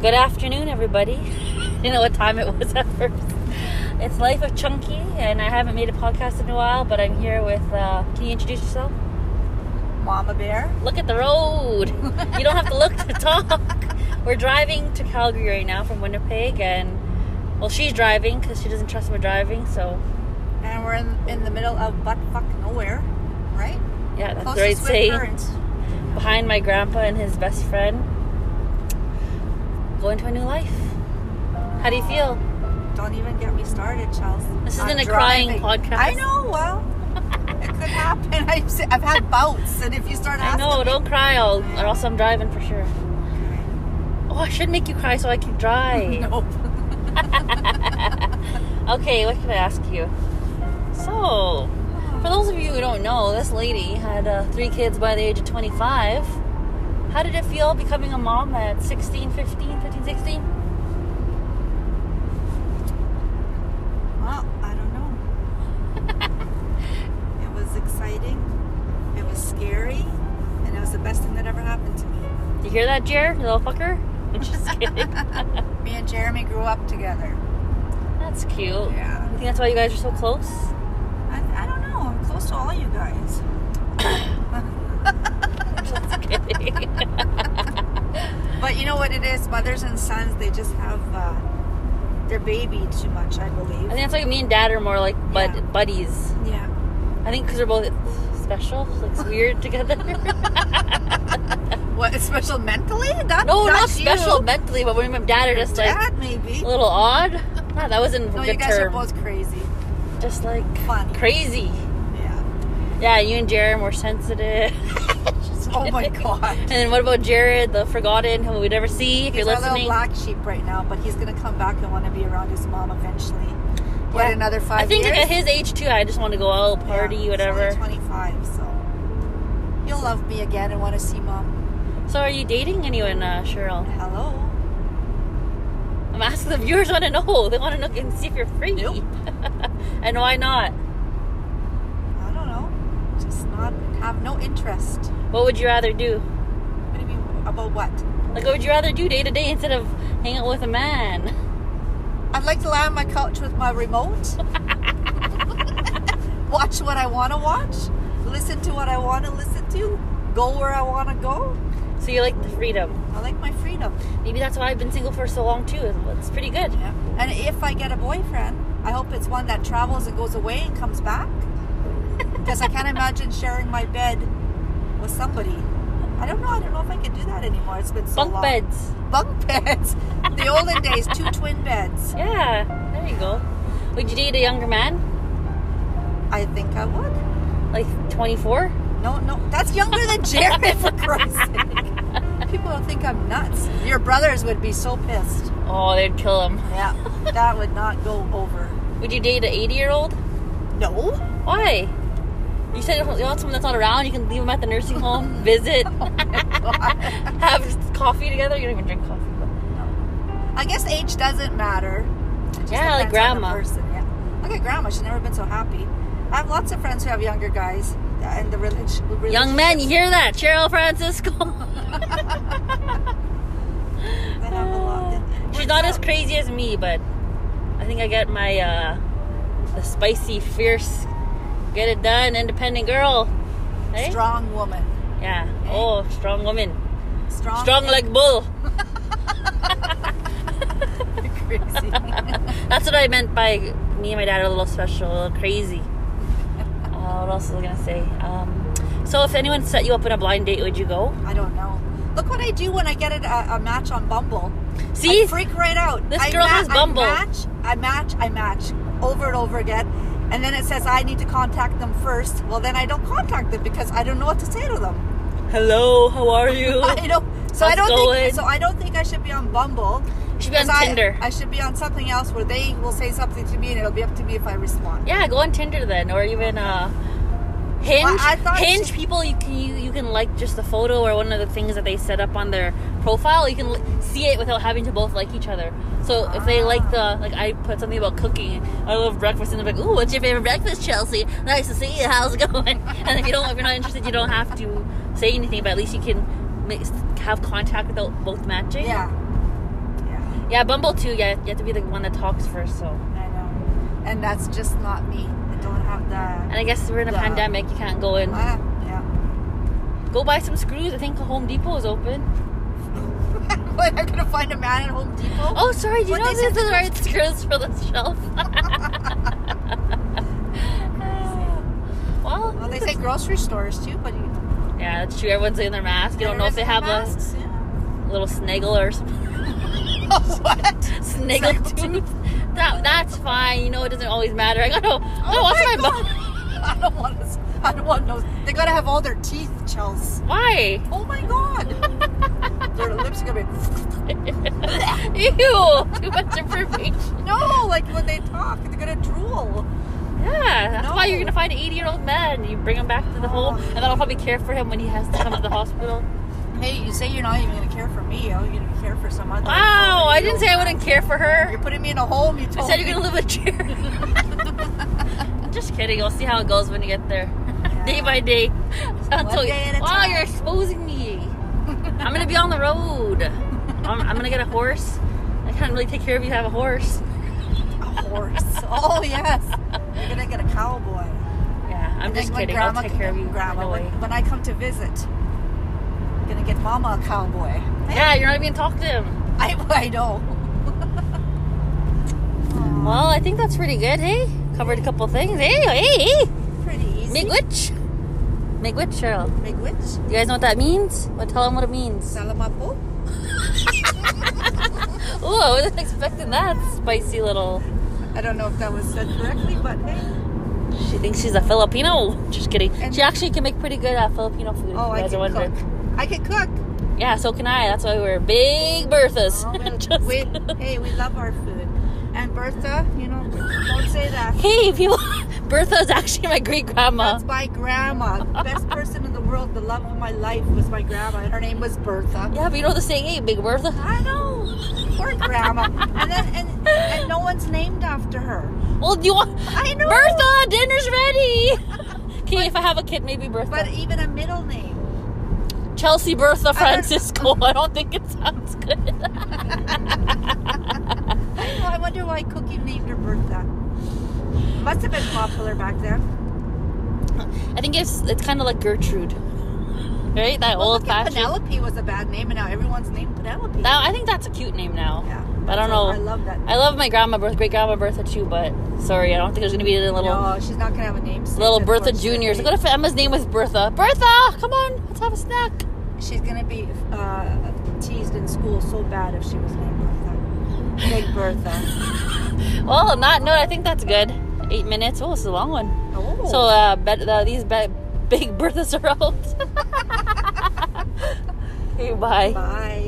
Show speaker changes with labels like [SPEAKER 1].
[SPEAKER 1] Good afternoon, everybody. you know what time it was at first. It's Life of Chunky, and I haven't made a podcast in a while, but I'm here with. Uh, can you introduce yourself?
[SPEAKER 2] Mama Bear.
[SPEAKER 1] Look at the road. you don't have to look to talk. We're driving to Calgary right now from Winnipeg, and well, she's driving because she doesn't trust me driving. So
[SPEAKER 2] And we're in, in the middle of butt fuck nowhere, right?
[SPEAKER 1] yeah, that's the right
[SPEAKER 2] Closest
[SPEAKER 1] say.
[SPEAKER 2] Swift current.
[SPEAKER 1] Behind my grandpa and his best friend, going to a new life. How do you feel?
[SPEAKER 2] Don't even get me started, Chelsea.
[SPEAKER 1] This
[SPEAKER 2] On
[SPEAKER 1] isn't a crying
[SPEAKER 2] driving.
[SPEAKER 1] podcast.
[SPEAKER 2] I know, well, it could happen. I've, se- I've had bouts, and if you start
[SPEAKER 1] I
[SPEAKER 2] asking
[SPEAKER 1] know.
[SPEAKER 2] me-
[SPEAKER 1] Don't cry, I'll, or else I'm driving for sure. Oh, I should make you cry so I can drive.
[SPEAKER 2] Nope.
[SPEAKER 1] Okay, what can I ask you? So, for those of you who don't know, this lady had uh, three kids by the age of 25. How did it feel becoming a mom at 16, 15, 15, 16?
[SPEAKER 2] Well, I don't know. it was exciting. It was scary, and it was the best thing that ever happened to me.
[SPEAKER 1] You hear that, Jer, you little fucker? I'm just kidding.
[SPEAKER 2] Me and Jeremy grew up together.
[SPEAKER 1] that's cute. You
[SPEAKER 2] Yeah.
[SPEAKER 1] think that's why you guys are so close?
[SPEAKER 2] I, I don't know. I'm close to all you guys.
[SPEAKER 1] Kidding.
[SPEAKER 2] But you know what it is? Mothers and sons, they just have uh, their baby too much, I
[SPEAKER 1] I
[SPEAKER 2] believe.
[SPEAKER 1] think that's why me and Dad are more like bud-
[SPEAKER 2] Yeah.
[SPEAKER 1] buddies.
[SPEAKER 2] Yeah.
[SPEAKER 1] I think because we're both special, like it's weird together.
[SPEAKER 2] What, special mentally? That,
[SPEAKER 1] no, not
[SPEAKER 2] that's you.
[SPEAKER 1] special mentally, but when my dad are just like
[SPEAKER 2] Dad, maybe.
[SPEAKER 1] a little odd. No, that wasn't a
[SPEAKER 2] No,
[SPEAKER 1] good
[SPEAKER 2] you guys
[SPEAKER 1] term.
[SPEAKER 2] are both crazy.
[SPEAKER 1] just like
[SPEAKER 2] Funny.
[SPEAKER 1] crazy.
[SPEAKER 2] Yeah.
[SPEAKER 1] Yeah, you and Jared were sensitive.
[SPEAKER 2] Oh my god.
[SPEAKER 1] and then what about Jared, the forgotten who we'd never see if
[SPEAKER 2] He's
[SPEAKER 1] you're
[SPEAKER 2] our little
[SPEAKER 1] listening?
[SPEAKER 2] black sheep right now, but he's gonna come back and want to be around his mom eventually. What
[SPEAKER 1] Yeah.
[SPEAKER 2] another five?
[SPEAKER 1] I think
[SPEAKER 2] years?
[SPEAKER 1] like, at his age too, I just want to go out,
[SPEAKER 2] Yeah,
[SPEAKER 1] party,
[SPEAKER 2] he's
[SPEAKER 1] whatever.
[SPEAKER 2] only Twenty-five, so he'll love me again and want to see mom.
[SPEAKER 1] So are you dating anyone, uh, Cheryl?
[SPEAKER 2] Hello.
[SPEAKER 1] I'm asking the viewers want to know. They want to know and see if you're free.
[SPEAKER 2] Nope.
[SPEAKER 1] and why not?
[SPEAKER 2] I don't know. Just not have no interest.
[SPEAKER 1] What would you rather do?
[SPEAKER 2] What do you mean about what?
[SPEAKER 1] Like, what would you rather do day to day instead of hang out with a man?
[SPEAKER 2] I'd like to lie on my couch with my remote, watch what I want to watch, listen to what I want to listen to, go where I want to go.
[SPEAKER 1] So you like the freedom.
[SPEAKER 2] I like my freedom.
[SPEAKER 1] Maybe that's why I've been single for so long too. It's pretty good.
[SPEAKER 2] Yeah. And if I get a boyfriend, I hope it's one that travels and goes away and comes back. Because I can't imagine sharing my bed with somebody. I don't know. I don't know if I can do that anymore. It's been so
[SPEAKER 1] Bunk
[SPEAKER 2] long.
[SPEAKER 1] beds.
[SPEAKER 2] Bunk beds. The olden days, two twin beds.
[SPEAKER 1] Yeah, there you go. Would you date a younger man?
[SPEAKER 2] I think I would.
[SPEAKER 1] Like 24?
[SPEAKER 2] No, no, that's younger than Jared for Christ's sake. People don't think I'm nuts. Your brothers would be so pissed.
[SPEAKER 1] Oh, they'd kill him.
[SPEAKER 2] Yeah, that would not go over.
[SPEAKER 1] Would you date an 80 year old?
[SPEAKER 2] No,
[SPEAKER 1] Why? You said you want someone that's not around, you can leave them at the nursing home, visit, have coffee together. You don't even drink coffee. But...
[SPEAKER 2] I guess age doesn't matter. It just
[SPEAKER 1] Yeah, like
[SPEAKER 2] depends on the
[SPEAKER 1] grandma.
[SPEAKER 2] person, yeah. Look at grandma. She's never been so happy. I have lots of friends who have younger guys, and the religion.
[SPEAKER 1] Young men, you hear that? Cheryl Francisco.
[SPEAKER 2] They have a lot.
[SPEAKER 1] She's not as crazy as me, but I think I get my, uh, the spicy, fierce, get it done, independent girl. Hey?
[SPEAKER 2] Strong woman.
[SPEAKER 1] Yeah. Oh, strong woman.
[SPEAKER 2] Strong.
[SPEAKER 1] Strong like bull.
[SPEAKER 2] Crazy.
[SPEAKER 1] That's what I meant by me and my dad are a little special, a little crazy. Uh, what else was I gonna say? Um, so if anyone set you up on a blind date, would you go?
[SPEAKER 2] I don't know. Look what I do when I get a, a match on Bumble.
[SPEAKER 1] See,
[SPEAKER 2] I freak right out.
[SPEAKER 1] This
[SPEAKER 2] I
[SPEAKER 1] girl has Bumble.
[SPEAKER 2] I match, I match, I match over and over again. And then it says I need to contact them first. Well, then I don't contact them because I don't know what to say to them.
[SPEAKER 1] hello, how are you?
[SPEAKER 2] I don't. So I
[SPEAKER 1] How's
[SPEAKER 2] don't
[SPEAKER 1] going?
[SPEAKER 2] think. So I don't think I should be on Bumble.
[SPEAKER 1] Should be on
[SPEAKER 2] 'Cause I-
[SPEAKER 1] Tinder.
[SPEAKER 2] I should be on something else where they will say something to me, and it'll be up to me if I respond.
[SPEAKER 1] yeah, go on Tinder then, or even uh, Hinge.
[SPEAKER 2] Well, I thought
[SPEAKER 1] Hinge
[SPEAKER 2] she-
[SPEAKER 1] people, you can you, you can like just the photo or one of the things that they set up on their profile. You can li- see it without having to both like each other. So if they like the like, I put something about cooking. I love breakfast, and they're like, "Ooh, what's your favorite breakfast, Chelsea? Nice to see you. How's it going?" And if you don't, if you're not interested, you don't have to say anything. But at least you can mix, have contact without both matching.
[SPEAKER 2] Yeah.
[SPEAKER 1] Yeah, Bumble too. Yeah, you have to be the one that talks first. So,
[SPEAKER 2] I know. And that's just not me. I don't have
[SPEAKER 1] and
[SPEAKER 2] the.
[SPEAKER 1] I guess we're in a
[SPEAKER 2] Yeah.
[SPEAKER 1] pandemic. You can't go in.
[SPEAKER 2] Ah, yeah.
[SPEAKER 1] Go buy some screws. I think Home Depot is open.
[SPEAKER 2] what? I'm gonna find a man at Home Depot.
[SPEAKER 1] Oh, sorry. Do you
[SPEAKER 2] What
[SPEAKER 1] know
[SPEAKER 2] they said-
[SPEAKER 1] this is the right screws for the shelf? well,
[SPEAKER 2] Well, they say grocery stores too, but you.
[SPEAKER 1] yeah, that's true. Everyone's in their mask. You don't know if they have a
[SPEAKER 2] masks. Yeah. Oh,
[SPEAKER 1] little snaggle or some
[SPEAKER 2] what?
[SPEAKER 1] snaggle
[SPEAKER 2] Snaggle
[SPEAKER 1] tooth. That that's fine. You know, it doesn't always matter. I gotta, I gotta
[SPEAKER 2] Oh
[SPEAKER 1] wash
[SPEAKER 2] my
[SPEAKER 1] my, mouth.
[SPEAKER 2] God. I don't want to. I don't want those. They gotta have all their teeth, Chels.
[SPEAKER 1] Why?
[SPEAKER 2] Oh my god. their lips are gonna be.
[SPEAKER 1] Ew! Too much information.
[SPEAKER 2] No, like when they talk, they're gonna drool.
[SPEAKER 1] Yeah, that's why you're
[SPEAKER 2] No.
[SPEAKER 1] gonna find an 80 year old man. You bring him back to the home, and that'll probably care for him when he has to come to the hospital.
[SPEAKER 2] Hey, you say you're not even gonna care for me. Oh, you're gonna care for some other.
[SPEAKER 1] Wow, I didn't say I wouldn't care for
[SPEAKER 2] You're
[SPEAKER 1] her.
[SPEAKER 2] putting me in a home. You
[SPEAKER 1] I
[SPEAKER 2] told
[SPEAKER 1] said you're
[SPEAKER 2] me.
[SPEAKER 1] gonna live with Jared. I'm just kidding. We'll see how it goes when you get there. Day by day. Until
[SPEAKER 2] day at a
[SPEAKER 1] wow,
[SPEAKER 2] time.
[SPEAKER 1] you're exposing me. I'm gonna be on the road. I'm, I'm gonna get a horse. I can't really take care of you. if you Have a horse.
[SPEAKER 2] a horse. Oh yes. You're gonna get a cowboy.
[SPEAKER 1] Yeah, I'm
[SPEAKER 2] And
[SPEAKER 1] just
[SPEAKER 2] then when
[SPEAKER 1] kidding.
[SPEAKER 2] Grandma,
[SPEAKER 1] I'll take care of you.
[SPEAKER 2] Grandma,
[SPEAKER 1] right
[SPEAKER 2] when,
[SPEAKER 1] away.
[SPEAKER 2] when I come to visit, I'm gonna get Mama a cowboy.
[SPEAKER 1] Yeah, you're not even talking to him.
[SPEAKER 2] I, I know. Aw,
[SPEAKER 1] Well, I think that's pretty good, hey? Covered a couple things. Hey, oh, hey, hey!
[SPEAKER 2] pretty easy.
[SPEAKER 1] Miigwech. Miigwech, Cheryl. You
[SPEAKER 2] Miigwich.
[SPEAKER 1] guys know what that means? Well, tell them what it means.
[SPEAKER 2] Salamapo.
[SPEAKER 1] Oh, I wasn't expecting that spicy little.
[SPEAKER 2] I don't know if that was said correctly, but hey.
[SPEAKER 1] She thinks she's a Filipino. Just kidding.
[SPEAKER 2] And-
[SPEAKER 1] she actually can make pretty good uh, Filipino food.
[SPEAKER 2] Oh,
[SPEAKER 1] if you
[SPEAKER 2] I
[SPEAKER 1] guys are
[SPEAKER 2] can
[SPEAKER 1] wondering.
[SPEAKER 2] cook. I can cook.
[SPEAKER 1] Yeah, so can I. That's why we're big Berthas.
[SPEAKER 2] Oh, we-
[SPEAKER 1] Just
[SPEAKER 2] we,
[SPEAKER 1] kidding.
[SPEAKER 2] hey, we love our food. And Bertha, you know, don't say that.
[SPEAKER 1] Hey, people. Bertha is actually my great grandma.
[SPEAKER 2] That's my grandma. The best person in the world, the love of my life was my grandma, and her name was Bertha.
[SPEAKER 1] Yeah, but you know the saying, hey, Big Bertha?
[SPEAKER 2] I know. Poor grandma. And then and, and no one's named after her.
[SPEAKER 1] Well, do you want.
[SPEAKER 2] I know.
[SPEAKER 1] Bertha, dinner's ready! Okay, if I have a kid, maybe Bertha.
[SPEAKER 2] But even a middle name.
[SPEAKER 1] Chelsea Bertha
[SPEAKER 2] don't-
[SPEAKER 1] Francisco. I don't think it sounds good.
[SPEAKER 2] I, know, I wonder why Cookie named her Bertha. Must have been popular back then.
[SPEAKER 1] I think it's it's kind of like Gertrude, right? That
[SPEAKER 2] Well,
[SPEAKER 1] old
[SPEAKER 2] look at
[SPEAKER 1] fashioned.
[SPEAKER 2] Penelope was a bad name, and now everyone's named Penelope.
[SPEAKER 1] Now I think that's a cute name now.
[SPEAKER 2] yeah.
[SPEAKER 1] I don't
[SPEAKER 2] So
[SPEAKER 1] know.
[SPEAKER 2] I love that.
[SPEAKER 1] I love my grandma Bertha, great grandma Bertha too, but sorry, I don't think there's gonna be a little
[SPEAKER 2] no, she's not gonna have a name.
[SPEAKER 1] little Bertha juniors. Like, what if Emma's name was Bertha? Bertha, come on, let's have a snack.
[SPEAKER 2] She's gonna be uh, teased in school so bad if she was named Bertha. Big Bertha.
[SPEAKER 1] Well, on that note, I think that's good. Eight minutes. Oh, this is a long one.
[SPEAKER 2] Oh.
[SPEAKER 1] So uh, bet, uh these be- big Berthas are out. okay, bye.
[SPEAKER 2] bye.